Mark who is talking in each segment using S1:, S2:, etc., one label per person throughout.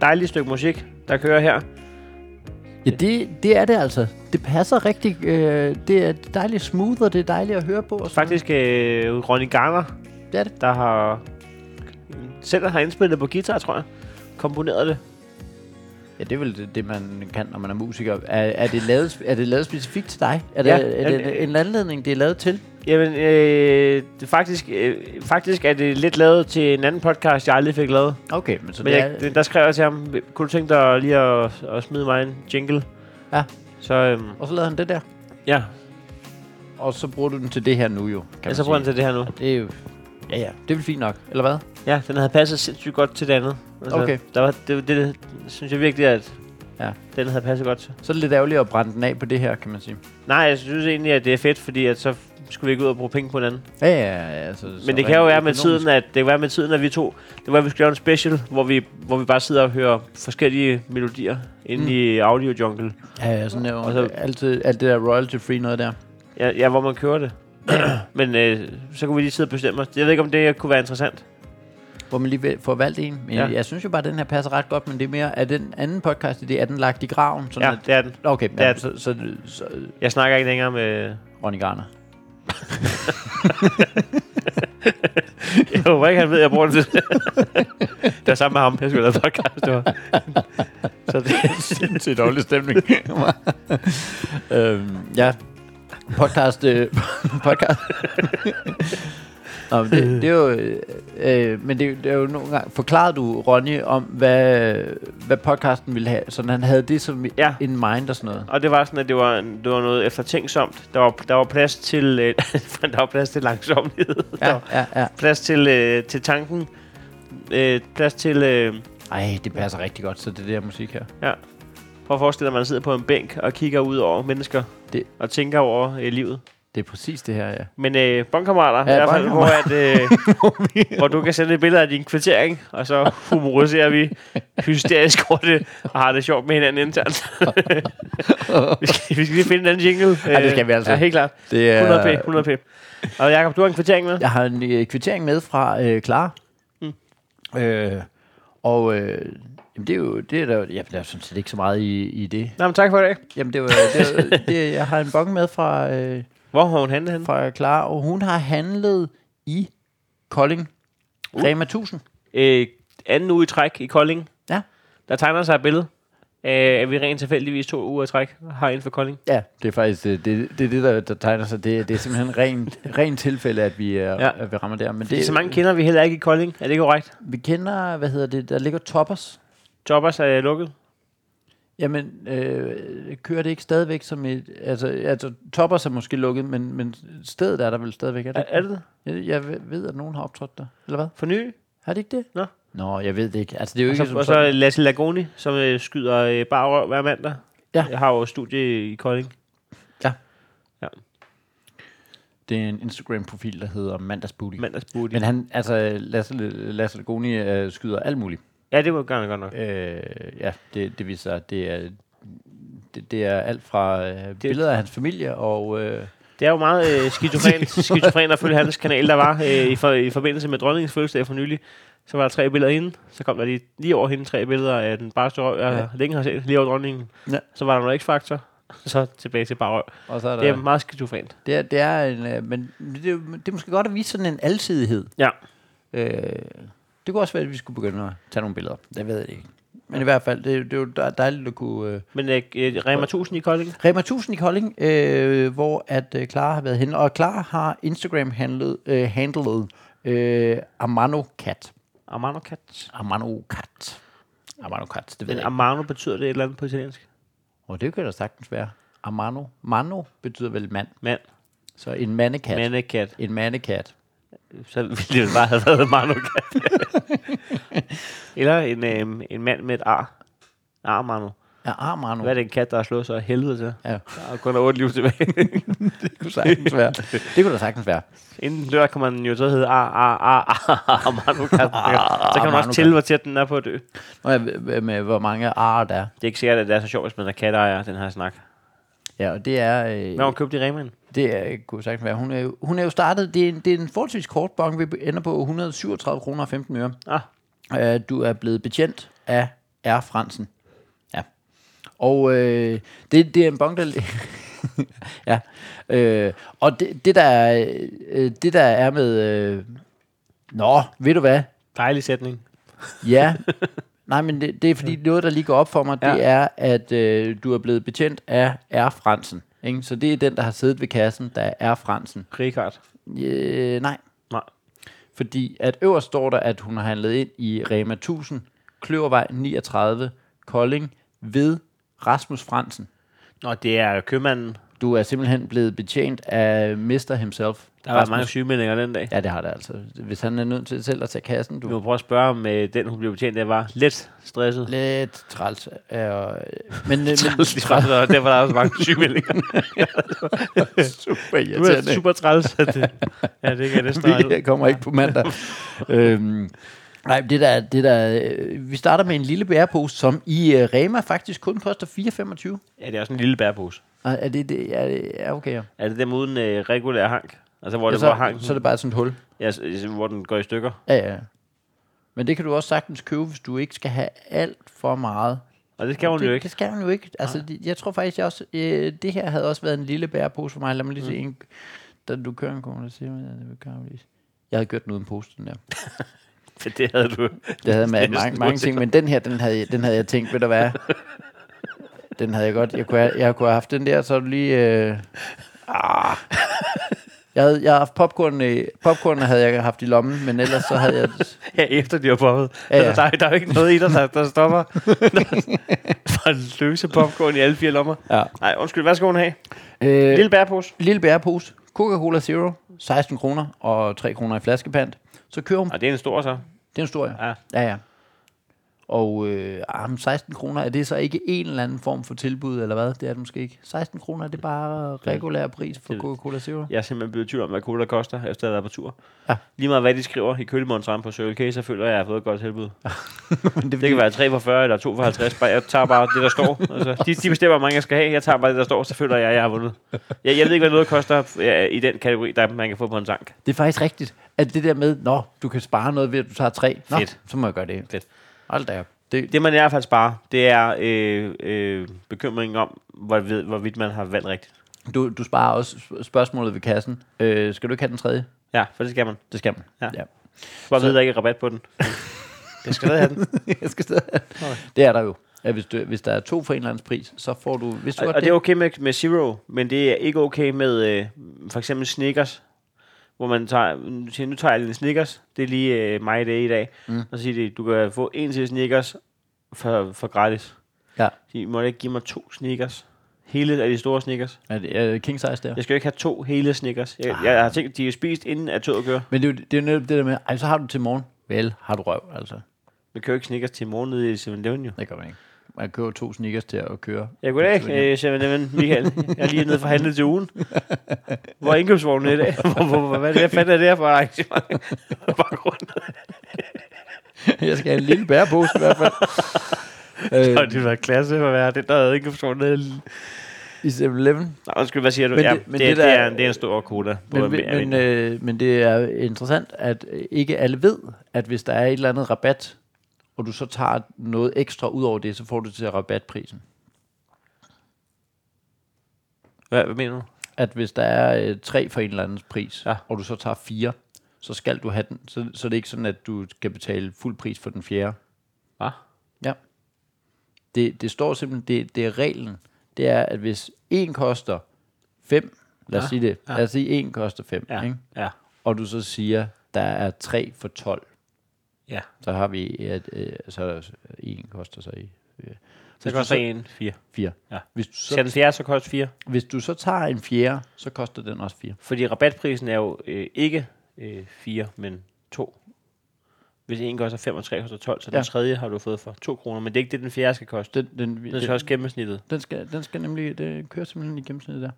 S1: dejligt stykke musik, der kører her.
S2: Ja, det, det er det altså. Det passer rigtig. Øh, det er dejligt smooth, og det er dejligt at høre på. Og sådan
S1: Faktisk øh, Ronny Garner,
S2: noget. Det er det.
S1: der har selv har indspillet på guitar, tror jeg. Komponeret det.
S2: Ja, det er vel det, det, man kan, når man er musiker. Er, er, det, lavet, er det lavet specifikt til dig? Er det,
S1: Ja.
S2: er det en anledning, det er lavet til?
S1: Jamen, øh, det faktisk, øh, faktisk er det lidt lavet til en anden podcast, jeg aldrig fik lavet.
S2: Okay, men så
S1: Men
S2: det er...
S1: jeg, der skrev jeg til ham, kunne du tænke dig lige at, at smide mig en jingle?
S2: Ja.
S1: Så øhm,
S2: Og så lavede han det der.
S1: ja,
S2: Og så bruger du den til det her nu jo, kan man
S1: og så bruger han
S2: sige.
S1: til det her nu.
S2: Det er jo... Ja, ja. Det er vel fint nok, eller hvad?
S1: Ja, den havde passet sindssygt godt til det andet. Altså,
S2: Okay.
S1: Der var, det, det, det, synes jeg virkelig, at
S2: Ja.
S1: ja. den havde passet godt til.
S2: Så er det lidt ærgerligt at brænde den af på det her, kan man sige.
S1: Nej, jeg synes egentlig, at det er fedt, fordi at så skulle vi ikke ud og bruge penge på hinanden.
S2: Ja, ja, ja. Altså, så
S1: Men det
S2: rent
S1: kan jo være med
S2: økonomisk.
S1: tiden, at det kan være med tiden, at vi to, det kan være, at vi skal lave en special, hvor vi, hvor vi bare sidder og hører forskellige melodier inde
S2: Mm.
S1: mm. i Audio Jungle.
S2: Ja, ja, sådan der, og
S1: Og
S2: så
S1: så-
S2: altid, alt det der royalty-free noget der.
S1: Ja, ja hvor man kører det. Men øh, så kunne vi lige sidde og bestemme os. Jeg ved ikke, om det kunne være interessant.
S2: Hvor man lige vil- får valgt en. Men
S1: Ja.
S2: ja. jeg synes jo bare, at den her passer ret godt, men det er mere, er den anden podcast, det er den lagt i graven? Sådan
S1: Ja,
S2: at,
S1: det er den.
S2: okay,
S1: er
S2: ja,
S1: den.
S2: så, så, så, så
S1: Jeg snakker ikke længere med...
S2: Ronny Garner.
S1: Jeg håber ikke, han ved, at jeg bruger den til det. det var sammen med ham, jeg skulle lave podcast. Det var. Så det,
S2: Sindssygt dårlig stemning. øhm, ja, podcast... Øh, podcast. Nå, men det, det er jo, øh, øh, men det, det er jo nogle gange... Forklarede du, Ronny, om, hvad, hvad podcasten ville have? Sådan han havde det som ja.
S1: Ja.
S2: in mind og sådan noget.
S1: og det var sådan, at det var, det var noget eftertænksomt. Der var, der var plads til, øh, der var plads til langsomlighed. Ja. Der
S2: Ja,
S1: var
S2: ja, ja.
S1: plads til, øh, til tanken. Øh, plads til... Øh,
S2: Ej, det passer rigtig godt, så det der musik her.
S1: prøv at forestille dig, at man sidder på en bænk og kigger ud over mennesker.
S2: Det-
S1: Det. Og tænker over øh, livet.
S2: Det er præcis det her, ja.
S1: Men øh, bondkammerater,
S2: Ja,
S1: ja, i hvert fald, hvor, at, øh, hvor du kan sende et billede af din kvittering, og så humoriserer vi hysterisk over det, og har det sjovt med hinanden internt. vi, skal, vi skal lige finde en anden jingle. Øh,
S2: Ja, det skal vi altså.
S1: Ja, helt klart.
S2: Det
S1: 100p, 100p. Og Jacob, du har en kvittering med?
S2: Jeg har en øh, kvittering med fra øh, Clara.
S1: Mm.
S2: Øh, og øh, jamen, det er jo, det er der, jo- jamen, der er sådan set ikke så meget i, i det.
S1: Nå, men tak for i dag.
S2: Jamen, det er, jo- det er, jo- det, er- jeg har en bong med fra, øh,
S1: Hvor har hun handlet henne?
S2: fra Clara, og hun har handlet i Kolding. Uh. Rema 1000.
S1: Øh, anden uge i træk i Kolding.
S2: Ja.
S1: Der tegner sig et billede af, at vi rent tilfældigvis to uger i træk har inden for Kolding.
S2: Ja, det er faktisk øh, det, det, er det der, der tegner sig. Det, det er simpelthen rent ren tilfælde, at vi, er, ja.
S1: Ja.
S2: at vi rammer der. Men
S1: Det, øh.
S2: det,
S1: så mange kender vi heller ikke i Kolding. Er det korrekt?
S2: vi kender, hvad hedder det, der ligger toppers.
S1: Jobbers er lukket.
S2: Jamen, øh, kører det ikke stadigvæk som et... Altså, altså Toppers er måske lukket, men, men stedet er der vel stadigvæk, er det?
S1: Er, er det det
S2: Jeg, jeg ved- ved, at nogen har optrådt der. Eller hvad?
S1: for nye?
S2: Har de ikke det?
S1: Nå.
S2: Nå, jeg ved det ikke. Altså, det er jo
S1: Og
S2: ikke
S1: så,
S2: som
S1: og så
S2: sådan-
S1: Lasse Lagoni, som øh, skyder øh, bare røv hver mandag.
S2: Ja.
S1: Jeg har jo studie i Kolding.
S2: Det er en Instagram-profil, der hedder Mandagsbooty. Men,
S1: Mandagsbooty.
S2: men han, altså, Lasse, Lasse Lagoni øh, skyder alt muligt.
S1: Ja, det var gerne godt nok.
S2: Øh, ja, det, det viser sig, at det er, det, det er alt fra øh, billeder af hans familie og... Øh,
S1: Det er jo meget øh, skizofren, skizofren at følge hans kanal, der var øh, i, for, i forbindelse med dronningens fødselsdag for nylig. Så var der tre billeder hende. Så kom der lige, lige over hende tre billeder af den bare røv, jeg
S2: Ja.
S1: ja. længe har set, lige over dronningen.
S2: Ja.
S1: Ja. Så var der noget X-Factor. Så tilbage til bare røv.
S2: og så er der,
S1: Det er meget skizofrent.
S2: Det er, det er en, øh, men det, er jo- det er måske godt at vise sådan en alsidighed.
S1: Ja.
S2: Øh, det kunne også være, at vi skulle begynde at tage nogle billeder. Jeg ved det ikke. Men i hvert fald, det, det er jo dej- dejligt at kunne... Øh,
S1: Men øh, øh, Rema 1000 i Kolding.
S2: Rema 1000 i Kolding, øh, hvor at øh, Clara har været henne. Og Clara har Instagram-handlet øh, handlet, øh, Amano Cat.
S1: Amano Kat.
S2: Amano Cat. Amano Cat, det ved
S1: Men
S2: jeg ikke.
S1: Amano betyder det et eller andet på italiensk.
S2: Og det kan da sagtens være. Amano. Mano betyder vel mand.
S1: Mand.
S2: Så en mandekat.
S1: Mandekat.
S2: En mandekat.
S1: så ville det bare have været Manu Kat. Eller en, øh, en mand med et ar. Ar, Manu.
S2: Ja, Amano.
S1: Hvad er det en kat, der har slået sig af helvede til?
S2: Ja.
S1: Der er kun otte liv tilbage.
S2: Det kunne sagtens være. Det kunne da sagtens være.
S1: Inden dør kan man jo så hedde ar, ar, ar, ar, ar Manu Kat. Så kan man
S2: Manu
S1: også tælle, hvor tæt den er på at dø. Det
S2: Nå, ja, med, øh, med hvor mange ar der er.
S1: er ikke sikkert, at det er så sjovt, hvis man er katteejer, den her snak.
S2: Ja, og det er... Øh,
S1: Hvad har hun købt i Remen?
S2: Det er, kunne sagtens være. Hun er jo, hun er jo startet... Det er, en, det er en forholdsvis kort bong. Vi ender på 137 kroner og 15 øre.
S1: Ah,
S2: Øh, du er blevet betjent af R. Fransen. Ja. Og øh, det, det er en bong, der... ja. Øh, og det, det, der, er, øh, det, der er med... Øh, nå, ved du hvad?
S1: Dejlig sætning.
S2: Ja. Nej, men det, det er fordi noget, der lige går op for mig, ja. det er, at øh, du er blevet betjent af R. Fransen. Ikke? Så det er den, der har siddet ved kassen, der er R. Fransen.
S1: Rikard.
S2: Øh, nej,
S1: Nej.
S2: fordi at øverst står der, at hun har handlet ind i Rema 1000, Kløvervej 39, Kolding, ved Rasmus Fransen.
S1: Nå, det er købmanden.
S2: Du er simpelthen blevet betjent af Mr. himself.
S1: Der var
S2: Rasmus.
S1: mange sygemeldinger den dag.
S2: Ja, det har det altså. Hvis han er nødt til selv at tage kassen, du
S1: Vi må prøve at spørge, om øh, den, hun blev betjent af, var lidt stresset.
S2: lidt træls. Øh, men, men, men
S1: Lidt træt, og derfor er der også mange sygemeldinger.
S2: super
S1: Du er super træls. at det- Ja, det kan det
S2: Vi
S1: starte.
S2: kommer ikke på mandag. øhm, nej, det der, det der, øh, vi starter med en lille bærepose, som i øh, Rema faktisk kun koster 4,25.
S1: Ja, det er også en lille bærepose.
S2: Og Ah, Er det, det er, det- ja, okay, ja.
S1: Er det dem uden øh, regulær hank? Altså, hvor,
S2: ja
S1: det,
S2: så,
S1: hvor, hanken,
S2: så er det bare sådan et hul.
S1: ja, så- hvor den går i stykker.
S2: Ja, ja. Men det kan du også sagtens købe, hvis du ikke skal have alt for meget.
S1: Og det skal hun
S2: det,
S1: jo ikke.
S2: Det skal hun jo ikke. Altså, det, jeg tror faktisk, jeg også, øh, det her havde også været en lille bærepose for mig. Lad mig lige se
S1: Mm.
S2: en, da du kører en kommer, så siger man, ja, det kan jeg lige. Jeg havde kørt den uden pose, den der.
S1: For det havde du.
S2: Det havde med
S1: Næsten
S2: mange, mange
S1: uanset
S2: ting, men den her, den havde, jeg- den havde jeg tænkt, ved du hvad? Den havde jeg godt. Jeg kunne have, jeg kunne have haft den der, så er du lige... Øh, ah. Jeg havde, jeg havde haft popcorn i, popcorn havde jeg haft i lommen, men ellers så havde jeg...
S1: Ja, efter de har poppet.
S2: Ja,
S1: Ja,
S2: ja.
S1: ja. Altså, der, er, der er jo ikke noget i dig, der, der stopper. For løse popcorn i alle fire lommer.
S2: Ja.
S1: Nej, undskyld, hvad skal hun have?
S2: Øh,
S1: Lille bærepose.
S2: lille bærepose, Coca-Cola Zero, 16 kroner og 3 kroner i flaskepant. Så kører hun.
S1: Og det er en stor så.
S2: Det er en stor, ja.
S1: Ja.
S2: Ja, ja. Og øh, ah, men 16 kroner, er det så ikke en eller anden form for tilbud, eller hvad? Det er det måske ikke. 16 kroner, er det bare regulær pris for Coca-Cola Zero?
S1: Jeg er simpelthen blevet i tvivl om, hvad cola koster, efter at have været på tur.
S2: Ja.
S1: Lige meget hvad de skriver i kølemonstran på Circle K, så føler jeg, at jeg har fået et godt tilbud.
S2: Men det,
S1: Det kan være 3 for 40 eller 2 for 50. Bare, jeg tager bare det, der står. Altså, de, de bestemmer, hvor mange jeg skal have. Jeg tager bare det, der står, så føler jeg, at jeg har vundet. Jeg, jeg ved ikke, hvad noget koster ja, i den kategori, der man kan få på en tank.
S2: Det er faktisk rigtigt, at det der med, nå, du kan spare noget ved, at du tager tre. Nå,
S1: Fedt.
S2: så må jeg gøre det.
S1: Fedt.
S2: Hold da op. Det, det,
S1: Det, man i hvert fald sparer, det er øh, øh, bekymringen om, hvorvidt, hvorvidt man har valgt rigtigt.
S2: du, du sparer også sp- spørgsmålet ved kassen. Øh, skal du ikke have den tredje?
S1: Ja, for det skal man.
S2: Det skal man.
S1: Ja.
S2: ja.
S1: Bare ved, der ikke er rabat på den. Jeg skal stadig have den.
S2: jeg skal stadig. Det er der jo. At hvis, du, hvis der er to for en eller anden pris, så får du... Hvis du
S1: Og,
S2: godt
S1: og det er okay med, med Zero, men det er ikke okay med øh, for eksempel Snickers, hvor man tager, nu siger, nu tager jeg lige en Snickers, det er lige øh, mig det er i dag, mm. og så siger de, du kan få en til Snickers for, for gratis.
S2: Ja.
S1: De må da ikke give mig to Snickers. Hele af de store Snickers.
S2: Er det er det king size der?
S1: Jeg skal jo ikke have to hele Snickers. Jeg, jeg har tænkt, de er spist inden at toget kører.
S2: Men det, er jo- det er jo netop det der med, ej, så har du til morgen. Vel, har du røv, altså.
S1: Vi kører ikke Snickers til morgen nede i 7-Eleven jo.
S2: Det gør man ikke. Man køber to sneakers til at køre.
S1: Jeg kunne da ikke, øh, 7-Eleven, Michael. Jeg er lige nede for handlet til ugen. Hvor er indkøbsvognen i dag? Hvor, hvor, hvor, hvad er det, hvad fanden er det her for et arrangement? Bare rundt.
S2: jeg skal have en lille bærepose i hvert fald.
S1: Og
S2: øh,
S1: det var klasse for at være den, der havde indkøbsvognen. nede.
S2: I 7-Eleven,
S1: Nå, undskyld, hvad siger du? Men,
S2: Men
S1: ja,
S2: det-
S1: det,
S2: men
S1: det,
S2: det
S1: det,
S2: der-
S1: er, en- det er en stor cola.
S2: Men, men, øh, men det er interessant, at øh, ikke alle ved, at hvis der er et eller andet rabat, og du så tager noget ekstra ud over det, så får du det til rabatprisen.
S1: hvad, hvad mener du?
S2: At hvis der er øh, tre for en eller andens pris, ja.
S1: Ja.
S2: og du så tager fire, så skal du have den. Så, så er det ikke sådan, at du skal betale fuld pris for den fjerde.
S1: Hvad?
S2: Ja. Det, det står simpelthen, det, det er reglen. Det er, at hvis en koster fem, lad os ja. sige det, ja. lad os sige, en koster fem, ja.
S1: Ja,
S2: ikke?
S1: ja,
S2: og du så siger, der er tre for 12,
S1: ja.
S2: Så har vi, at, øh, så er der en koster så i øh,
S1: Så koster en fire.
S2: fire.
S1: Ja.
S2: Hvis, du så,
S1: Skal den fjerde så koste fire?
S2: hvis du så tager en fjerde, så koster den også fire.
S1: Fordi rabatprisen er jo øh, ikke øh, 4, men 2. Hvis en koster 5 og 3 koster 12, så den
S2: Ja.
S1: tredje har du fået for 2 kroner. Men det er ikke det, den fjerde skal koste.
S2: Den, den,
S1: Det er
S2: den,
S1: så også gennemsnittet.
S2: den, skal, den skal nemlig, det kører simpelthen i gennemsnittet der.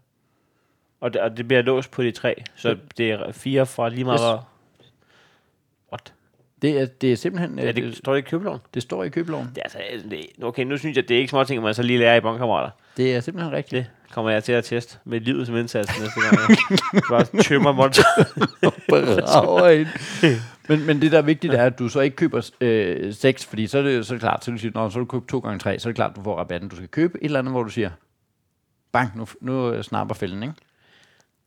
S1: Og det, og det bliver låst på de tre. Så det er 4 fra lige meget...
S2: Yes.
S1: Yes. What?
S2: Det er, det er simpelthen, øh,
S1: Er det,
S2: det,
S1: står det i købeloven?
S2: det står i købeloven.
S1: Det er altså, det, okay, nu synes jeg, det er ikke småting, man så lige lærer i bondkammerater.
S2: Det er simpelthen rigtigt.
S1: Det kommer jeg til at teste med livet som indsats næste gang. Jeg bare tømmer monster.
S2: Brager ind. Men, men det, der er vigtigt, er, at du så ikke køber øh, seks, fordi så er det, så er det klart, så vil du sige, "Nå, så vil du købe to gange tre, så er det klart, du får rabatten. Du skal købe et eller andet, hvor du siger, bang, nu, nu øh, snapper fælden, ikke?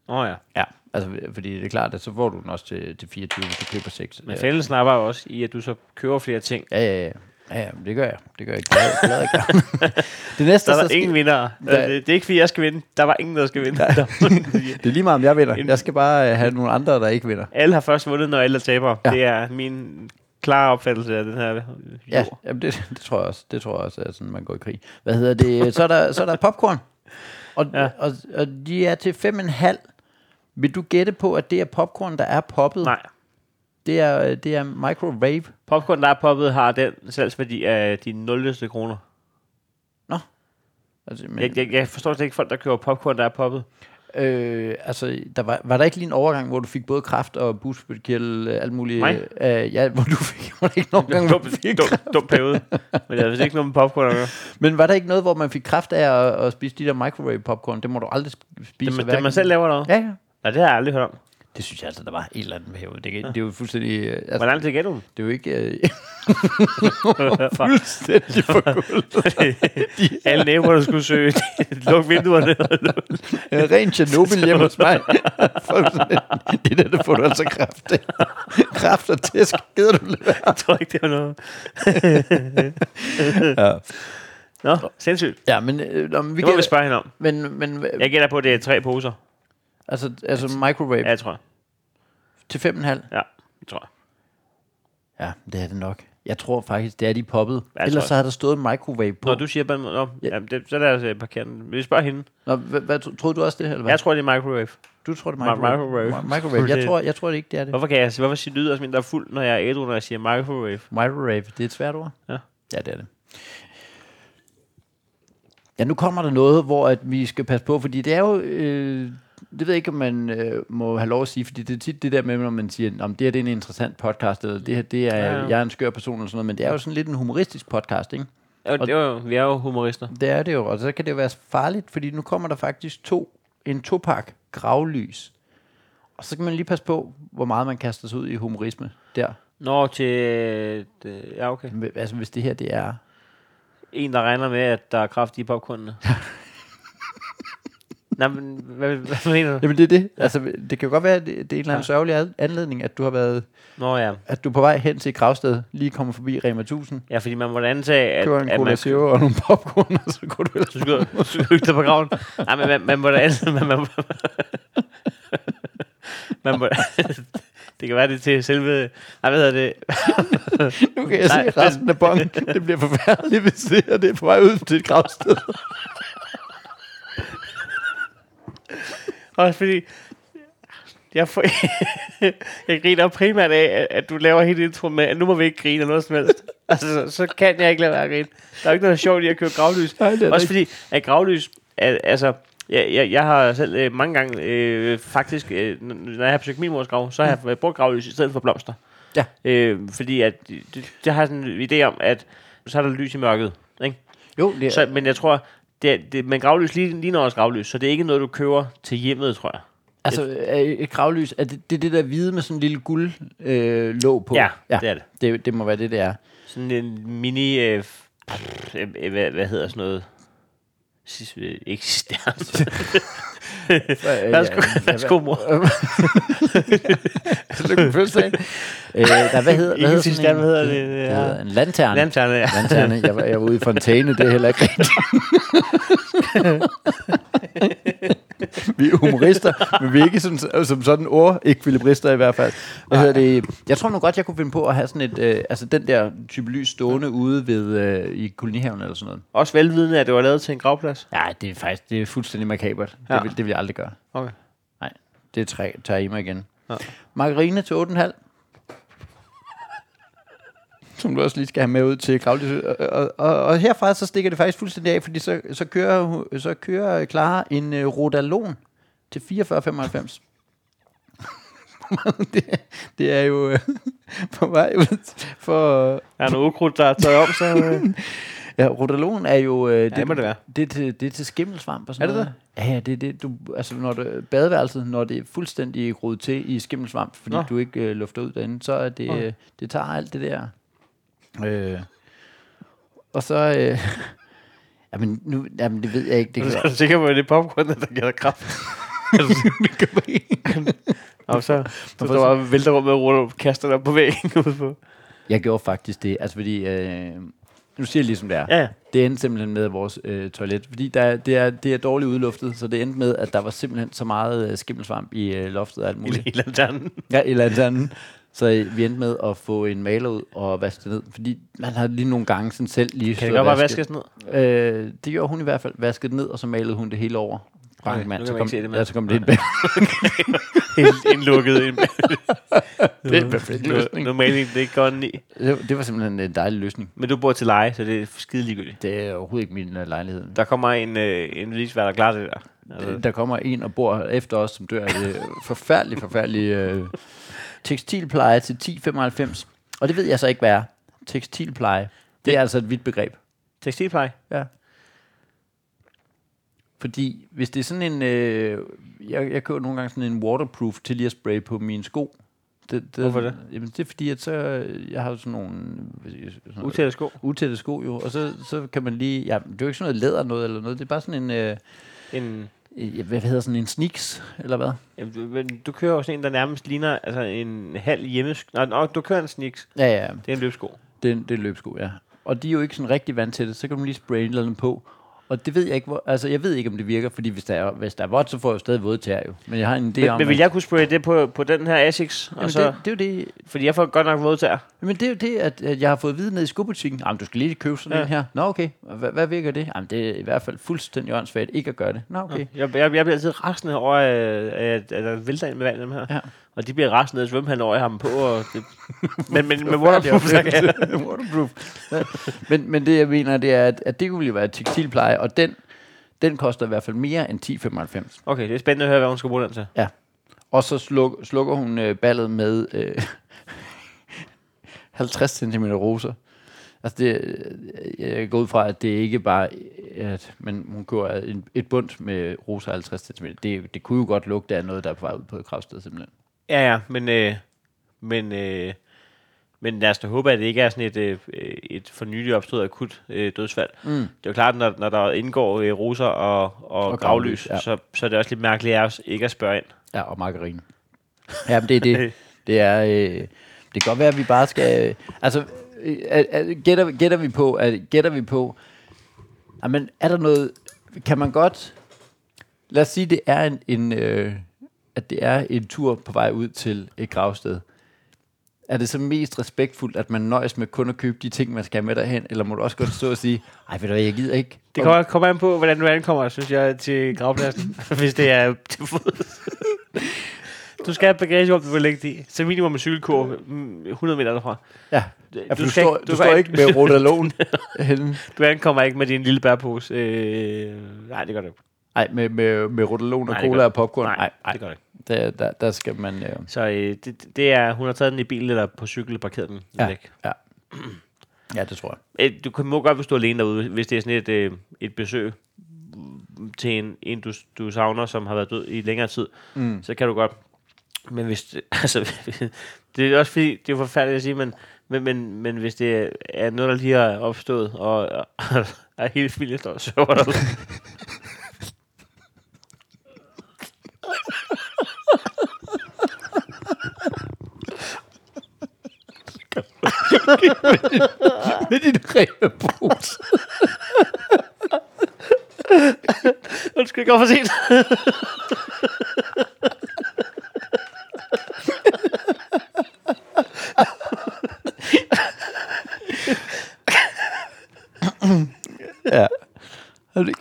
S1: Åh oh, ja.
S2: Ja, altså, fordi det er klart, at så får du den også til, til 24, hvis du køber 6.
S1: Men fælden snapper jo også i, at du så køber flere ting.
S2: Ja, ja, ja. Ja, ja, men det gør jeg. Det gør jeg glad, glad jeg gør. det næste,
S1: Der
S2: så
S1: var
S2: sker,
S1: ingen vinder. Øh,
S2: Der-
S1: Det, det er ikke fordi, jeg skal vinde. Der var ingen, der skal vinde. Der-
S2: det er lige meget, om jeg vinder. Jeg skal bare øh, have nogle andre, der ikke vinder.
S1: alle har først vundet, når alle er tabere.
S2: Ja.
S1: Ja. Det er min klare opfattelse af den her jord.
S2: Ja, jamen det, det, tror jeg også. Det tror jeg også er sådan, man går i krig. Hvad hedder det? Så er der, så er der popcorn. Og, ja.
S1: Ja.
S2: og, og, de er til 5,5. Vil du gætte på, at det er popcorn, der er poppet?
S1: Nej.
S2: Det er, øh, det er microwave.
S1: Popcorn, der er poppet, har den salgsværdi af de 0. kroner.
S2: Altså,
S1: Men. Jeg,
S2: men,
S1: jeg, jeg forstår slet ikke folk, der køber popcorn, der er poppet.
S2: øh, altså der var, var der ikke lige en overgang, hvor du fik både kraft og busbytkirtel, alt muligt?
S1: Nej.
S2: Øh, ja, hvor du fik, var der ikke en overgang, hvor
S1: Dum,
S2: du fik
S1: dum, dum periode. Men jeg ved ikke noget med popcorn at gøre.
S2: Men var der ikke noget, hvor man fik kraft af at, at spise de der microwave popcorn? Det må du aldrig sp- spise.
S1: Det,
S2: og
S1: man, det,
S2: hverken-
S1: man selv laver noget. Ja.
S2: Ja, ja.
S1: Nej, det har jeg aldrig hørt om.
S2: Det synes jeg altså, der var et eller andet med herude. Det, kan- det er jo fuldstændig... øh, Altså,
S1: Hvor lang tid gav du dem?
S2: det er jo ikke... Øh,
S1: Fra-
S2: fuldstændig for gulvet.
S1: Alle naboerne skulle søge. Luk vinduerne.
S2: En ren Tjernobyl hjemme hos mig. Fuldstændig. det der, det får du altså kraft af. kraft og tæsk. Gider du det?
S1: jeg tror ikke, det var noget.
S2: Ja.
S1: Nå, sindssygt.
S2: ja, men, øh, nå, men vi
S1: Det må vi
S2: kan...
S1: spørge hende om.
S2: Men, men
S1: Jeg gætter på, at det er tre poser.
S2: altså, altså microwave
S1: Ja,
S2: ja.
S1: jeg tror jeg.
S2: til 5,5.
S1: Ja, jeg tror jeg.
S2: Ja, det er det nok. Jeg tror faktisk, det er de poppet.
S1: Ja, jeg
S2: Ellers
S1: tror-
S2: så har der stået en microwave på.
S1: Når du siger, at nå,
S2: Ja.
S1: jamen, det, så lad os øh, parkere den. Vi spørger hende.
S2: Nå, hvad, hvad, tro- troede du også det her, eller hvad?
S1: Jeg tror, det er microwave.
S2: du tror det er
S1: Mi-
S2: microwave.
S1: microwave.
S2: Mi- microwave. Jeg
S1: Det-
S2: tror, jeg tror det ikke, det er det.
S1: Hvorfor kan jeg hvorfor siger lyder som en, der er fuld, når jeg er ædru, når jeg siger microwave?
S2: Microwave, det er et svært ord.
S1: Ja.
S2: Ja, det er det. Ja, nu kommer der noget, hvor at vi skal passe på, fordi det er jo... Øh, det ved jeg ikke, om man øh, må have lov at sige, fordi det er tit det der med, når man siger, om det her det er en interessant podcast, eller det her det er,
S1: Ja, ja.
S2: jeg er en skør person, eller sådan noget, men det er jo sådan lidt en humoristisk podcast, ikke?
S1: Og det er jo, vi er jo humorister.
S2: Det er det jo, og så kan det jo være farligt, fordi nu kommer der faktisk to, en topak gravlys. Og så kan man lige passe på, hvor meget man kaster sig ud i humorisme der.
S1: Nå, til... øh, det- Ja, okay.
S2: Men, Altså, hvis det her, det er...
S1: En, der regner med, at der er kraft i popcornene. Nej, men hvad, hvad mener du?
S2: Jamen, det er det. Altså, det kan jo godt være, at det, det er en eller anden sørgelig ad- anledning, at du har været...
S1: Nå ja.
S2: At du er på vej hen til et gravsted, lige kommer forbi Rema 1000,
S1: Ja, fordi man må da antage, at,
S2: køber en
S1: at
S2: cola
S1: man,
S2: zero og nogle popcorn, og så går du ellers...
S1: du skal, du skal hygge dig på graven. Nej, men man, man må da altid... Man, man, man må, det kan være det er til selve... Nej, hvad hedder det?
S2: Nu kan jeg
S1: Nej,
S2: se resten af bongen. Det bliver forfærdeligt, hvis det her det er på vej ud til et gravsted.
S1: Også fordi... Jeg, får, jeg griner primært af, at- at du laver hele intro med, at nu må vi ikke grine eller noget som helst. Altså, så, så kan jeg ikke lade være at grine. Der er jo ikke noget sjovt i at køre gravlys.
S2: Nej, det er der
S1: Også
S2: ikke.
S1: fordi, at gravlys, al- altså, jeg, jeg, jeg har selv øh, mange gange, øh, faktisk, øh, n- når jeg har besøgt min mors grav, så har jeg brugt gravlys i stedet for blomster.
S2: Mm. Ja.
S1: Øh, fordi at, det, det har jeg sådan en idé om, at så er der lys i mørket. Ikke?
S2: Jo, det er...
S1: Så, men jeg tror, det, er- det, men gravlys lige, ligner også gravlys, så det er ikke noget, du køber til hjemmet, tror jeg.
S2: Altså, er et gravlys, er det, det er det der hvide med sådan en lille guld øh, låg på?
S1: Ja, det er det.
S2: det. Det må være det, det er.
S1: Sådan en mini... Øh, pff, øh, øh, hvad, hvad hedder sådan noget? Sis- øh, Ikke stjerne. Værsgo, værsgo, mor.
S2: Tillykke med fødselsdagen. Øh, nej, hvad hedder, hvad
S1: Ikke
S2: hedder
S1: cistern,
S2: sådan en?
S1: hvad hedder det?
S2: Det
S1: Ja.
S2: hedder en lanterne.
S1: Lanterne, ja.
S2: lanterne. Jeg, var, jeg var ude i fontæne, det er heller ikke rigtigt. vi er humorister, men vi er ikke som, som sådan ordekvilibrister i hvert fald. Hvad hedder det? Jeg tror nu godt, jeg kunne finde på at have sådan et, øh, altså den der type lys stående ude ved, øh, i kolonihaven eller sådan noget.
S1: Også velvidende, at det var lavet til en gravplads.
S2: Ja, det er faktisk det er fuldstændig makabert. Ja.
S1: Ja.
S2: Det, vil, det vil jeg aldrig gøre.
S1: Okay.
S2: Nej, det træ- tager I mig igen. Ja.
S1: Ja.
S2: Margarine til 8,5. Som du også lige skal have med ud til Claudius. Og, og, og, og herfra så stikker det faktisk fuldstændig af, fordi så, så, kører, hun- så kører Clara en uh, Rodalon til 44,95. det, det er jo øh, på vej ud for...
S1: Der er noget ukrudt, der er taget om, så... Øh,
S2: Ja, rotalon er jo... Øh,
S1: det må det være.
S2: Det, er til, det er til skimmelsvamp og sådan
S1: Er det
S2: noget. det? Ja, ja, det er det. Du, altså, når det, badeværelset, når det er fuldstændig rodet til i skimmelsvamp, fordi
S1: Nå.
S2: Nå. du ikke øh, lufter ud derinde, så er det,
S1: Nå.
S2: øh, det tager alt det der. Øh. Og så... Øh, jamen, nu, jamen, det ved jeg ikke. Det kan
S1: Er du sikker på, at det er popcorn, der giver dig kraft? Og så, så der bare vælter rundt med ruller og kaster dig op på væggen. ude på.
S2: jeg gjorde faktisk det, altså fordi... Øh, nu siger jeg ligesom det er.
S1: Ja, ja.
S2: Det endte simpelthen med at vores øh, toilet, fordi der, er- det, er, det er dårligt udluftet, så det endte med, at der var simpelthen så meget øh, skimmelsvamp i øh, loftet og alt muligt.
S1: I, i lanternen.
S2: Ja, i lanternen. Så øh, vi endte med at få en maler ud og vaske det ned, fordi man har lige nogle gange sådan selv lige
S1: Kan det
S2: stået
S1: godt
S2: og
S1: bare
S2: vasket.
S1: vaskes ned?
S2: Øh, det gjorde hun i hvert fald. Vaskede det ned, og så malede hun det hele over. Frank,
S1: Okay,
S2: mand,
S1: nu kan
S2: så
S1: man
S2: kom,
S1: ikke se det, mand.
S2: ja, så kom det helt bag.
S1: Helt indlukket. Ind.
S2: Det er en perfekt løsning.
S1: Normalt er det ikke godt i.
S2: Det, det var simpelthen en øh, dejlig løsning.
S1: Men du bor til leje, så det er skide ligegyldigt.
S2: Det er overhovedet ikke min øh, lejlighed.
S1: Der kommer en, øh, en lysvær, der klarer det der. Altså,
S2: Der kommer en og bor efter os, som dør af det forfærdelige, forfærdelige øh, tekstilpleje til 1095. Og det ved jeg så ikke, hvad er. Tekstilpleje, det er altså et vidt begreb.
S1: tekstilpleje.
S2: Ja. Fordi hvis det er sådan en... Øh, jeg, jeg køber nogle gange sådan en waterproof til lige at spraye på mine sko. Det, det,
S1: Hvorfor det?
S2: Jamen det er fordi, at så, øh, jeg har jo sådan nogle hvad siger jeg, sådan noget-
S1: Utætte sko.
S2: utætte sko jo, og så, så kan man lige, ja, det er jo ikke sådan noget læder noget eller noget, det er bare sådan en, øh,
S1: En,
S2: øh, hvad hedder sådan en sneaks, eller hvad?
S1: jamen, du- men du kører jo sådan en, der nærmest ligner altså en halv hjemmesko. Nå, nå, du kører en sneaks.
S2: Ja, ja,
S1: Det er en løbsko.
S2: det, er en- det er en løbsko, ja. Og de er jo ikke sådan rigtig vandtætte, så kan man lige spraye et eller andet på, og det ved jeg ikke, hvor, altså jeg ved ikke, om det virker, fordi hvis der er, hvis der er vådt, så får jeg jo stadig våde tæer jo. Men jeg har en idé
S1: Men,
S2: om,
S1: men vil
S2: at-
S1: jeg Altså- kunne spraye det på, på den her Asics?
S2: Jamen,
S1: Og så,
S2: det, det, er jo det,
S1: fordi jeg får godt nok modtager.
S2: Men det er jo det, at, at jeg har fået at vide nede i skobutikken, jamen du skal lige købe sådan
S1: Ja.
S2: ja. en her. Nå okay, Og hvad, hvad virker det? Jamen det er i hvert fald fuldstændig åndssvagt ikke at gøre det. Nå okay.
S1: Jeg, jeg, jeg bliver altid rasende over, øh, at, at der vælter ind med vand, dem her.
S2: Ja.
S1: Og de bliver rasende af svømmehallen over, jeg har dem på. Og det, men men med waterproof, så kan jeg-
S2: Waterproof. Ja. men, men det jeg mener, det er, at, at det kunne jo være tekstilpleje, og den, den koster i hvert fald mere end 10,95.
S1: Okay, det er spændende at høre, hvad hun skal bruge den til.
S2: Ja. Og så sluk, slukker hun øh, ballet med øh, 50 cm roser. Altså det, øh, jeg går ud fra, at det ikke bare er, at men hun kører en, et bundt med roser 50 cm. Det, det kunne jo godt lugte af noget, der er på vej ud på et kravsted simpelthen.
S1: Ja, ja, men, øh, men, øh, men lad os da håbe, at det ikke er sådan et, øh, øh, et for nylig opstået akut øh, dødsfald. Mm. Det er jo klart, når, når der indgår øh, roser og, og, og gravlys,
S2: gravlys,
S1: ja.
S2: ja.
S1: så, så er det også lidt mærkeligt af os ikke at spørge ind.
S2: Ja, og margarine. Ja, men det er det. Det er... Øh, det kan godt være, at vi bare skal... Altså, øh, er- er- gætter, gætter vi på... Er, gætter vi på... Jamen, er der noget... Kan man godt... Lad os sige, det er en... en øh, at det er en tur på vej ud til et gravsted. Er det så mest respektfuldt, at man nøjes med kun at købe de ting, man skal have med derhen? Eller må du også godt stå og sige, ej, ved du hvad, jeg gider ikke.
S1: Det kommer, kommer an på, hvordan du ankommer, synes jeg, til gravpladsen, hvis det er til fod. du skal have bagage, om du vil lægge det i. Så minimum en cykelkurv mm, 100 meter derfra.
S2: Ja,
S1: Du,
S2: ja for du, du,
S1: skal
S2: står, du, står
S1: an-
S2: ikke med Rodalon henne.
S1: Du ankommer ikke med din lille bærpose. Øh, nej, det gør du ikke.
S2: Nej, med, med, med rotalon og
S1: Nej, det
S2: cola
S1: gør-
S2: og popcorn.
S1: Nej,
S2: Nej,
S1: nej, det gør du ikke.
S2: der, der, der skal man... Øh,
S1: Så øh, det, det er, hun har taget den i bilen eller på cykel og parkeret den ja.
S2: ja,
S1: væk.
S2: ja. ja, det tror jeg.
S1: Øh, Du kan, må godt, hvis du er alene derude, hvis det er sådan et, øh, et besøg til en, en du, du savner, som har været død i længere tid, mm. så kan du godt. Men hvis det, altså, det er også fordi, det er forfærdeligt at sige, men, men, men, men hvis det er noget, der lige har opstået, og, og, og hele familien står og sover derude,
S2: Med din rebrus.
S1: Undskyld, jeg går for sent.
S2: ja. Har du-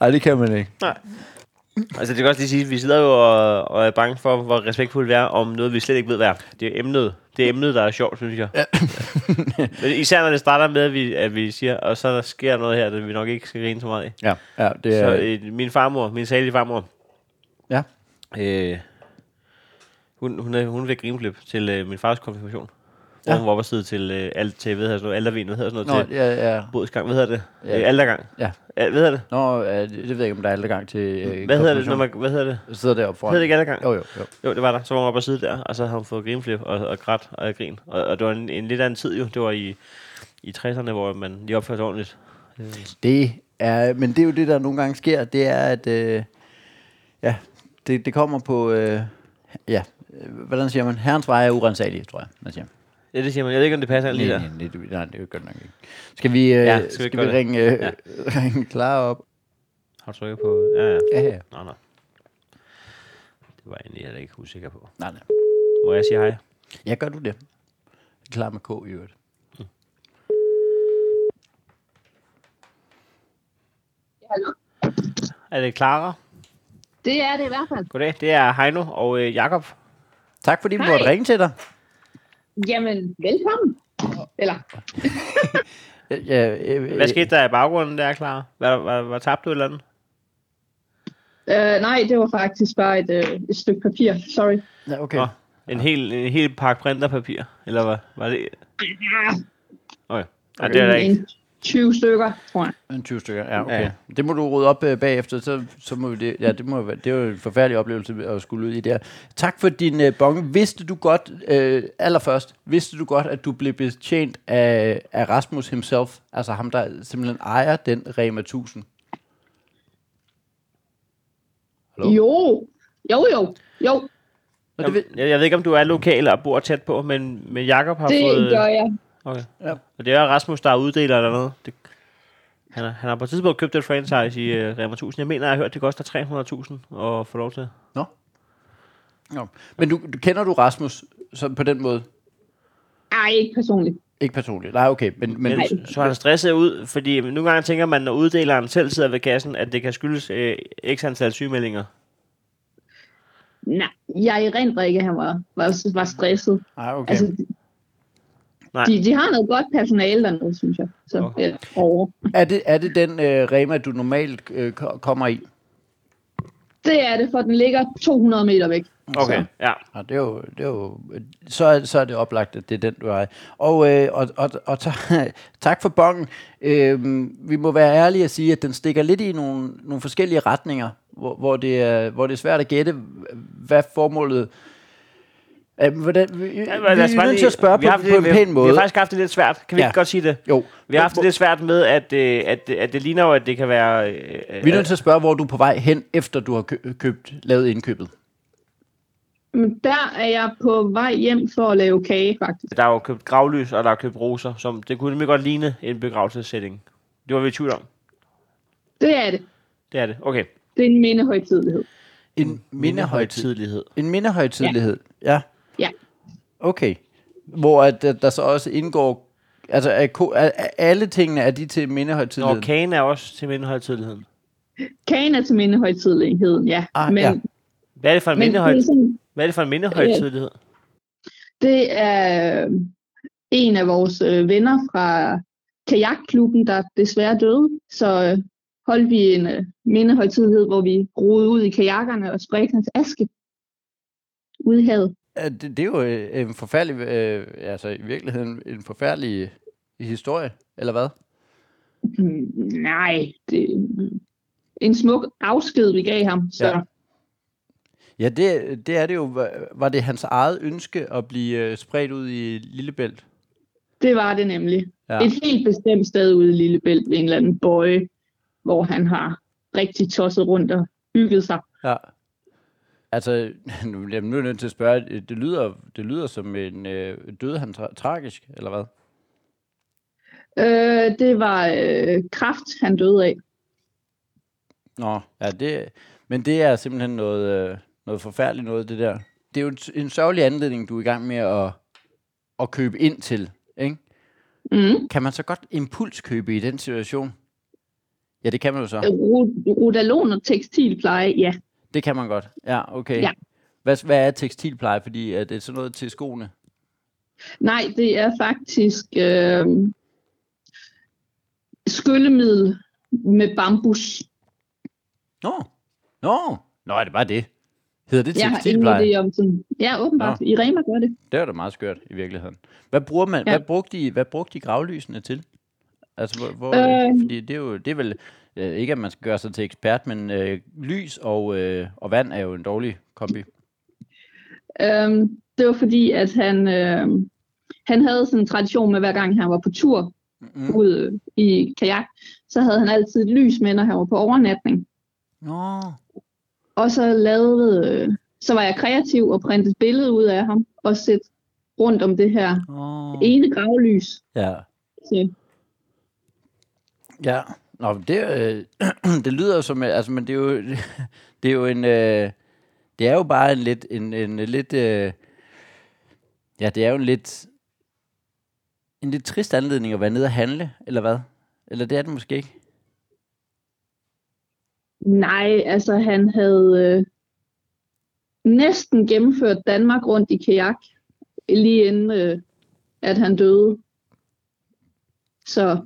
S2: Ej, det kan man ikke.
S1: Altså, det kan også lige sige, at vi sidder jo og, og er bange for, hvor respektfuldt vi er om noget, vi slet ikke ved, hvad er. Det er emnet. Det er emnet, der er sjovt, synes jeg. Ja. Men især når det starter med, at vi, at vi siger, og så der sker noget her, det vi nok ikke skal grine så meget af.
S2: Ja, ja det
S1: Ja.
S2: er...
S1: Så øh, min farmor, min salige farmor,
S2: ja.
S1: øh, hun, hun, er- hun vil grineflip til øh, min øh, fars konfirmation. Hvor
S2: Ja.
S1: ja. hun var oppe og sidde til øh, alt til, hvad hedder sådan noget, aldervin, hvad hedder sådan
S2: Nå,
S1: noget til?
S2: ja, ja.
S1: Bodsgang, hvad hedder det?
S2: Ja.
S1: Ja. Øh, aldergang.
S2: Ja.
S1: Al, hvad hedder det?
S2: Nå, øh, det, det ved jeg ikke, om der er alle gang til... Øh,
S1: Hvad hedder det, når
S2: konfirmation.
S1: man, hvad hedder det?
S2: Jeg sidder deroppe foran.
S1: Hedder det ikke aldergang?
S2: Jo, jo, jo.
S1: Jo, det var der. Så var hun oppe og sidde der, og så havde hun fået grinflip og, og grædt og grin. Og, og det var en, en lidt anden tid jo. Det var i, i 60'erne, hvor man lige opførte sig ordentligt.
S2: Det er, men det er jo det, der nogle gange sker, det er, at øh, ja, det, det kommer på, øh, ja, øh, hvordan siger man, herrens veje er urensagelige, tror jeg, man siger.
S1: Ja, det siger man. Jeg ved ikke, om det passer lige
S2: Nej,
S1: der.
S2: nej, nej, det- nej, det er godt nok ikke. Skal vi, øh,
S1: Ja,
S2: ja,
S1: skal vi
S2: skal skal vi
S1: gøre det?
S2: ringe, øh,
S1: Ja.
S2: ringe Clara op?
S1: Har du trykket på? Ja, ja.
S2: Ja, ja.
S1: Nå, nå. Det var jeg egentlig heller ikke usikker på.
S2: Nej, nej.
S1: Må jeg sige hej?
S2: Ja, gør du det. Klar med K i øvrigt.
S3: Hallo?
S1: Er det Clara?
S3: Det er det i hvert fald.
S1: Goddag, det er Heino og øh, Jakob.
S2: Tak fordi vi
S3: Hej.
S2: måtte ringe til dig.
S3: Jamen, velkommen. Eller,
S2: Øh, Ja, øh, øh,
S1: Hvad skete der i baggrunden der, Clara? Hvad, hvad, hvad tabte du et eller andet?
S3: øh, nej, det var faktisk bare et, øh, et stykke papir. Sorry.
S2: øh, Ja, okay.
S1: Nå, en hel, en hel pakke printerpapir, eller hvad? Var det? Okay. Nej, det er der ikke.
S3: En 20 stykker, tror jeg.
S2: En 20 stykker, ja, okay.
S1: Ja.
S2: Det må du rydde op øh, bagefter, så, så må vi det, ja, det, må, være- det er jo en forfærdelig oplevelse at skulle ud i der. Tak for din øh, bong. Vidste du godt, øh, allerførst, vidste du godt, at du blev betjent af, af Rasmus himself, altså ham, der simpelthen ejer den Rema 1000? Hallo?
S3: Jo, jo, jo, jo.
S2: Nå, det,
S1: Jamen,
S2: ved-
S1: Jeg, jeg ved ikke, om du er lokal og bor tæt på, men, men Jakob har fået...
S3: Det gør jeg.
S1: Okay.
S2: Ja.
S1: Ja. Og det er Rasmus, der er uddeler eller noget. Det, han, har, han har på et tidspunkt købt et franchise i uh, Rema 1000. Jeg mener, jeg har hørt, det koster 300.000 at få lov til.
S2: Nå. Nå. Men du, du, kender du Rasmus så på den måde?
S3: Ej, ikke personligt.
S2: Ikke personligt. Nej, okay. Men, men
S1: Men
S2: du,
S1: så- så er han stresset ud, fordi nogle gange tænker man, når uddeleren selv sidder ved kassen, at det kan skyldes øh, x antal sygemeldinger.
S3: Nej, jeg erindrer ikke, at han var, var, var stresset.
S2: nej, okay.
S3: Altså,
S1: Nej.
S3: de, de har noget godt personale dernede, synes jeg. Så,
S1: Okay.
S3: okay. over.
S2: Er det, er det den øh, Rema, du normalt øh, ko- kommer i?
S3: Det er det, for den ligger 200 meter væk.
S1: Okay, ja.
S2: Ja, det er jo, det er jo, så, er, så er det oplagt, at det er den, du er. Og, øh, og, og, og ta- tak for bongen. Øh, vi må være ærlige at sige, at den stikker lidt i nogle, nogle forskellige retninger, hvor, hvor, det er, hvor det er svært at gætte, hvad formålet øh, hvordan, vi, ja,
S1: men lad os
S2: vi er
S1: bare
S2: nødt til
S1: lige-
S2: at spørge
S1: vi har
S2: på,
S1: haft
S2: på
S1: det-
S2: en pæn måde.
S1: Vi har faktisk haft det lidt svært. Kan vi
S2: Ja.
S1: ja. ikke godt sige det?
S2: jo,
S1: Vi har haft det lidt svært med, at, øh, at, at det ligner jo, at det kan være... Øh,
S2: vi er nødt til at spørge, hvor du er på vej hen, efter du har kø- købt, lavet indkøbet.
S3: Men der er jeg på vej hjem for at lave kage, faktisk.
S1: Der er jo købt gravlys, og der er købt roser, som det kunne nemlig godt ligne en begravelsessætning. Det var vi i tvivl om.
S3: Det er det.
S1: Det er det. Okay.
S3: Det er en mindehøjtidlighed.
S1: Mm,
S2: En mindehøjtid.
S1: Tidlighed.
S2: En mindehøjtidlighed, ja. ja.
S3: Ja.
S2: Okay. Hvor at, at der så også indgår... Altså, er, ko- er, er alle tingene er de til mindehøjtidlighed?
S1: Nå, kagen er også til mindehøjtidligheden.
S3: Kagen er til mindehøjtidligheden, ja.
S2: Ah,
S3: men,
S2: ja.
S1: Hvad er det for en,
S3: men Øh. det, er
S1: mindehøj...
S3: sådan,
S1: Hvad er det for en mindehøjtidlighed?
S3: det er øh, en af vores øh, venner fra kajakklubben, der desværre døde. Så øh, holdt vi en øh, mindehøjtidlighed, hvor vi roede ud i kajakkerne og spredte hans aske ude i havet.
S2: Ja, Det, det er jo øh, en forfærdelig... Øh, altså, i virkeligheden en forfærdelig øh, historie, eller hvad?
S3: Hmm, nej, det en smuk afsked, vi gav ham. Så
S2: Ja. Ja, det, det er det jo. Var- Var det hans eget ønske at blive øh, spredt ud i Lillebælt?
S3: det var det nemlig.
S2: Ja.
S3: Ja. Et helt bestemt sted ude i Lillebælt ved en eller anden bøje, hvor han har rigtig tosset rundt og hygget sig.
S2: Ja. Altså, nu, jamen, nu er jeg nødt til at spørge, øh, det lyder, det lyder som en øh, døde han tra- tragisk, eller hvad?
S3: Øh, det var øh, kraft, han døde af.
S2: Nå, ja, det, men det er simpelthen noget, øh, noget forfærdeligt noget, det der. Det er jo en, en sørgelig anledning, du er i gang med at, at købe ind til. Ikke?
S3: Mm.
S2: Kan man så godt impulskøbe i den situation? Ja, det kan man jo så.
S3: Ru- Rodalon og tekstilpleje, ja.
S2: Det kan man godt. Ja, okay.
S3: Ja.
S2: Hvad, hvad er tekstilpleje? Fordi er det sådan noget til skoene?
S3: Nej, det er faktisk øh, skyllemiddel med bambus.
S2: Nå, nå, nå er det bare det? Hedder det
S3: Jeg har ingen
S2: tekstilpleje?
S3: idé om sådan. Ja, åbenbart.
S2: Nå.
S3: I Rema gør det.
S2: Det var da meget skørt i virkeligheden. Hvad, bruger man, ja.
S3: Ja.
S2: hvad, brugte, de, hvad brugte de gravlysene til? Altså, hvor, hvor,
S3: Øh.
S2: øh. fordi det er jo det er vel, øh, ikke at man skal gøre sig til ekspert, men øh, lys og, øh, og vand er jo en dårlig kombi.
S3: Øhm, det var fordi, at han, øhm, han havde sådan en tradition med, hver gang han var på tur
S2: Mm.
S3: ud øh, i kajak, så havde han altid et lys med, når han var på overnatning.
S2: Nå,
S3: Og så lavede, øh, så var jeg kreativ og printede et billede ud af ham og sætte rundt om det her
S2: nå.
S3: ene gravlys.
S2: Ja.
S3: Så,
S2: Ja, Nå, men det, øh, det lyder jo som, altså, men det er jo, det er jo en, øh, det er jo bare en lidt, en, en, en lidt, øh, ja, det er jo en lidt, en lidt trist anledning at være nede og handle, eller hvad? Eller det er det måske ikke?
S3: nej, altså han havde øh, næsten gennemført Danmark rundt i kajak, lige inden øh, at han døde. Så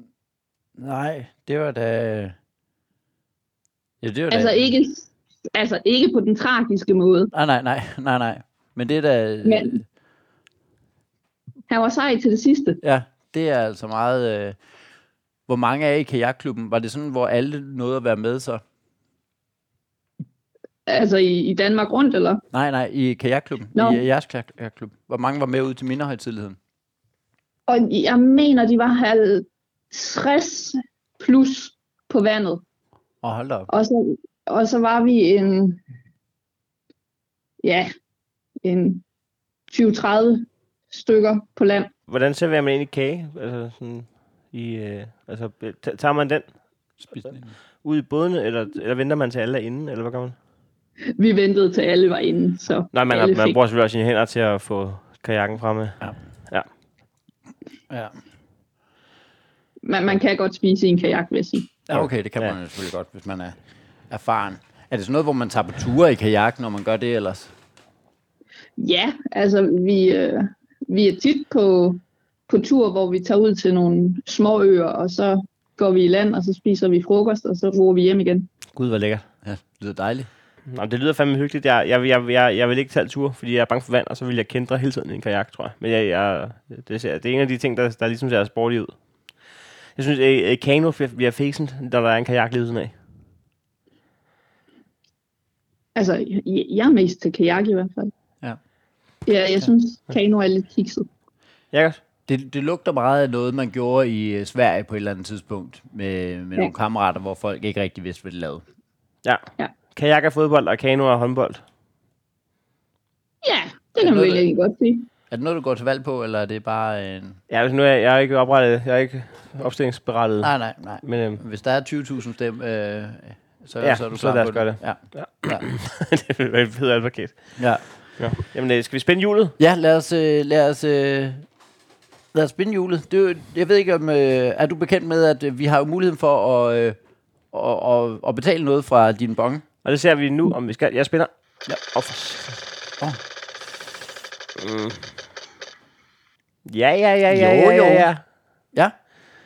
S2: Nej, det var da, ja, det var
S3: Altså
S2: da,
S3: ikke, altså ikke på den tragiske måde.
S2: Ah, Nej, nej, nej, nej, nej. Men det er da,
S3: Men- Han var sej til det sidste.
S2: ja, det er altså meget, øh, hvor mange er i kajakklubben? Var det sådan, hvor alle nåede at være med så?
S3: Altså i, i Danmark rundt, eller?
S2: Nej, nej, i kajakklubben.
S3: Nå.
S2: I øh, jeres kajakklub. Hvor mange var med ud til minderhøjtidligheden?
S3: Og jeg mener, de var 50 plus på vandet.
S2: Åh, oh, hold da op.
S3: Og så, og så var vi en, ja, en 20-30 stykker på land.
S1: Hvordan serverer man egentlig kage? Altså, sådan i, øh, altså, t- tager man den
S2: Spisning.
S1: ud i bådene, eller, eller venter man til alle er inde, eller hvad gør man?
S3: Vi ventede til alle var inde, så
S1: Nej, man,
S3: alle
S1: har, man
S3: fik.
S1: bruger selvfølgelig også sine hænder til at få kajakken fremme.
S2: Ja.
S3: Man, man kan godt spise i en kajak, vil jeg sige.
S2: ja, okay, det kan
S1: Ja.
S2: man jo selvfølgelig godt, hvis man er erfaren. Er det sådan noget, hvor man tager på ture i kajak, når man gør det ellers?
S3: Ja, altså vi, øh, vi er tit på, på tur, hvor vi tager ud til nogle små øer, og så går vi i land, og så spiser vi frokost, og så roer vi hjem igen.
S1: Gud, hvor lækkert.
S2: Ja, det lyder dejligt.
S1: Nå, det lyder fandme hyggeligt. Jeg, jeg, jeg, jeg, jeg vil ikke tage tur, fordi jeg er bange for vand, og så vil jeg kendre hele tiden i en kajak, tror jeg. Men jeg, jeg, det, ser, det er en af de ting, der, der ligesom ser sporty ud. Jeg synes, at øh, kano bliver- bliver fæsent, når der er en kajak lige ved siden af.
S3: Altså, jeg, jeg er mest til kajak i hvert fald.
S2: Ja.
S3: Ja, jeg synes, kano er lidt kikset.
S1: Jakob?
S2: Det, det lugter meget af noget, man gjorde i øh, Sverige på et eller andet tidspunkt med, med ja.
S3: Ja.
S2: nogle kammerater, hvor folk ikke rigtig vidste, hvad de lavede.
S1: Ja.
S3: Ja.
S1: Kajak er fodbold, og kano er håndbold.
S3: Ja, det kan man
S2: noget,
S3: vel
S2: der-
S3: egentlig godt sige.
S2: Er
S3: Er
S2: det noget, du går til valg på, eller er det bare en...
S1: Ja, altså, nu er jeg, jeg er ikke oprettet, jeg er ikke opstillingsberettet.
S2: Nej, nej, nej.
S1: Men øhm,
S2: Hvis der er 20.000 stem, øh, så,
S1: Ja,
S2: så er du
S1: så
S2: klar
S1: lad os
S2: på
S1: gøre det.
S2: Ja.
S1: Ja.
S2: ja.
S1: det vil være et fedt advokat.
S2: ja.
S1: Ja. Jamen, øh, skal vi spænde hjulet?
S2: Ja, lad os, øh, lad os, øh, lad os spinde hjulet. Det, er jo- jeg ved ikke, om øh, er du bekendt med, at øh, vi har jo muligheden for at, øh, at, at, at betale noget fra din bong?
S1: Og det ser vi nu, om vi skal. Jeg spænder.
S2: Ja.
S1: Oh, for...
S2: Åh.
S1: Mm. Ja, ja, ja, ja,
S2: Jo,
S1: ja,
S2: jo.
S1: ja, ja.
S2: Ja.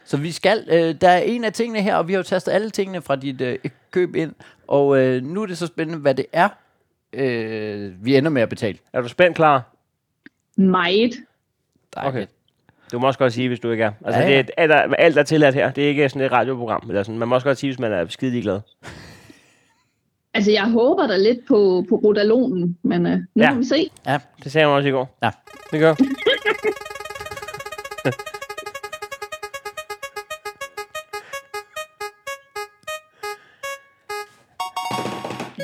S2: Så vi skal, øh, der er en af tingene her, og vi har jo tastet alle tingene fra dit øh, køb ind, og øh, nu er det så spændende, hvad det er, øh, vi ender med at betale.
S1: Er du spændt, klar?
S3: Meget.
S1: Okay. Du må også godt sige, hvis du ikke er. Altså,
S2: Ja,
S1: ja,
S2: ja.
S1: ja. Det er, alt, er, alt er tilladt her. Det er ikke sådan et radioprogram. Eller sådan. Man må også godt sige, hvis man er skide ligeglad.
S3: Altså, jeg håber da lidt på, på rodalonen, men øh, nu
S1: Ja.
S3: ja. må vi se.
S2: Ja,
S1: Det sagde hun også i går.
S2: Ja.
S1: Det gør hun.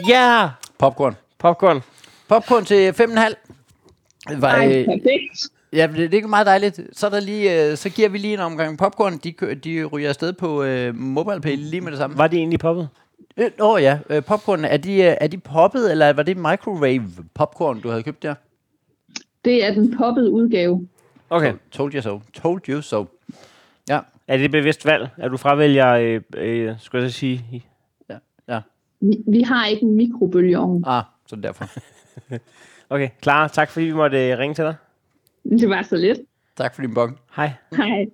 S1: Ja!
S2: popcorn.
S1: Popcorn.
S2: Popcorn til 5,5. Var,
S3: Ej,
S2: øh,
S3: perfekt.
S2: Ja, det, det er ikke meget dejligt. Så, er der lige, øh, så giver vi lige en omgang popcorn. De, kø- de ryger afsted på øh, MobilePay lige med det samme.
S1: Var det egentlig poppet?
S2: Øh, Åh oh, ja, øh, popcorn. Er de, øh, er de poppet, eller var det microwave popcorn, du havde købt der?
S3: Det er den poppede udgave.
S1: Okay.
S2: Told- Told you so. Told you so. Ja,
S1: Er det et bevidst valg? Er du fravælger, øh, øh, skulle jeg så sige,
S2: ja, ja.
S3: Vi, vi har ikke en mikrobølgeovn.
S2: Ah, så derfor.
S1: Okay, Clara, tak fordi vi måtte øh, ringe til dig.
S3: Det var så lidt.
S2: tak for din bong.
S1: Hej.
S3: Hej.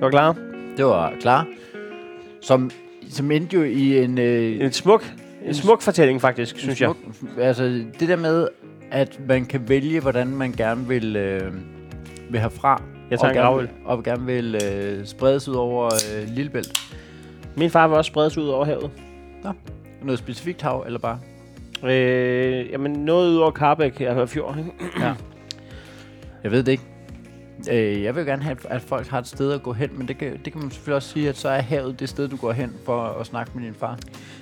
S1: Du var klar.
S2: Det var klar. Som, som endte jo i en... Øh,
S1: En smuk En smuk fortælling, faktisk, synes jeg.
S2: Smuk- Altså, det der med, at man kan vælge, hvordan man gerne vil, øh, vil have fra.
S1: Jeg tager
S2: og
S1: en gravøl.
S2: gerne, vil- og gerne vil øh, spredes ud over øh, Lillebælt.
S1: Min far vil også spredes ud over havet.
S2: Nå. Noget specifikt hav, eller bare?
S1: Øh, jamen, noget ud over Karbæk, jeg har hørt fjord. ikke?
S2: Ja. Jeg ved det ikke. Øh, jeg vil gerne have, at folk har et sted at gå hen, men det kan, det kan man selvfølgelig også sige, at så er havet det sted, du går hen for at snakke med din far.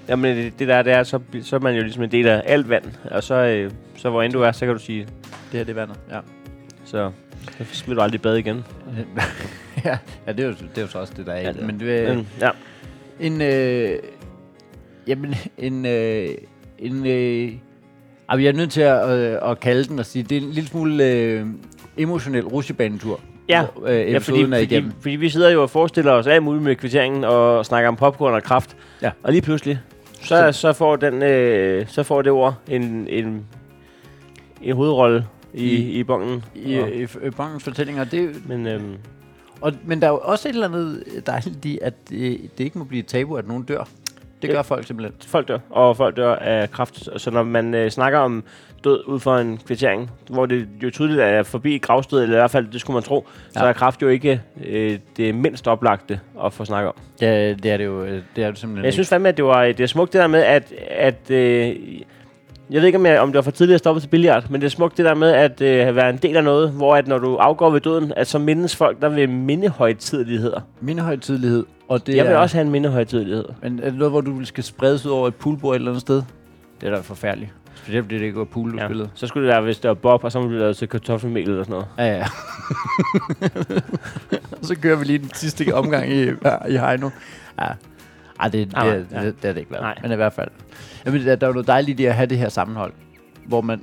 S1: Jamen, det, det der, det er, så, så er man jo ligesom en del af alt vand. Og så, øh, så hvor end du er, så kan du sige,
S2: Det her, det er vandet. Ja.
S1: så, så vil du aldrig bade igen.
S2: ja, ja det, er jo, det er jo så også det, der er ja,
S1: Ja,
S2: det.
S1: det-
S2: Men øh, det,
S1: Men, ja.
S2: En, øh, jamen, en, øh, en, øh, altså, jeg er nødt til at, øh, at kalde den og sige, det er en lille smule øh, emotionel rusjebanetur.
S1: Ja.
S2: hvor, øh,
S1: Ja, fordi,
S2: episoden er
S1: fordi,
S2: igennem.
S1: fordi vi sidder jo og forestiller os alt muligt med kvitteringen og snakker om popcorn og kraft.
S2: Ja.
S1: Og lige pludselig, så, så, får, den, øh, så får det ord en, en, en hovedrolle i,
S2: I-
S1: i, i bongen.
S2: I,
S1: Og-
S2: øh, i øh, Bongens fortællinger. Det,
S1: Men øhm,
S2: og, men der er jo også et eller andet dejligt i, at øh, det ikke må blive et tabu, at nogen dør. Det
S1: Ja.
S2: gør folk simpelthen.
S1: folk dør, og folk dør af kraft. Så når man øh, snakker om død ud fra en kvittering, hvor det jo tydeligt er forbi gravstedet, eller i hvert fald det skulle man tro, ja. så
S2: Ja.
S1: er kraft jo ikke øh, det mindst oplagte at få snakket om.
S2: Ja, det er det jo, øh, det er det simpelthen
S1: Men jeg synes fandme, at det var det er smukt det der med, at... at øh, jeg ved ikke, om, jeg, om det var for tidligt at stoppe til billiard, men det er smukt det der med at øh, være en del af noget, hvor at når du afgår ved døden, at så mindes folk, der vil mindehøjtidligheder.
S2: ikke. Min højtidlighed, og det
S1: Jeg vil
S2: er,
S1: også have en mindehøjtidlighed.
S2: Men er det noget, hvor du skal spredes ud over et poolbord et eller andet sted? Det er da forfærdeligt. Specielt fordi det ikke var pool, du ja. spillede.
S1: Så skulle det være, hvis det var Bob, og så ville det være til kartoffelmel eller sådan noget.
S2: Ja, ja. så kører vi lige den sidste omgang i, i Heino. Ja. Ej, det, det,
S1: Nej,
S2: det,
S1: nej.
S2: det, det, er det ikke været.
S1: Nej.
S2: Men i hvert fald. Jamen, der, der er jo noget dejligt i at have det her sammenhold, hvor man,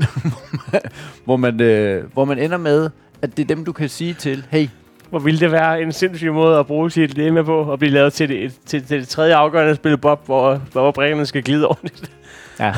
S2: hvor man, øh, hvor man ender med, at det er dem, du kan sige til, hey,
S1: Hvor ville det være en sindssyg måde at bruge sit dilemma på, og blive lavet til det, til, til det tredje afgørende spil Bob, hvor, hvor brækkerne skal glide ordentligt.
S2: ja.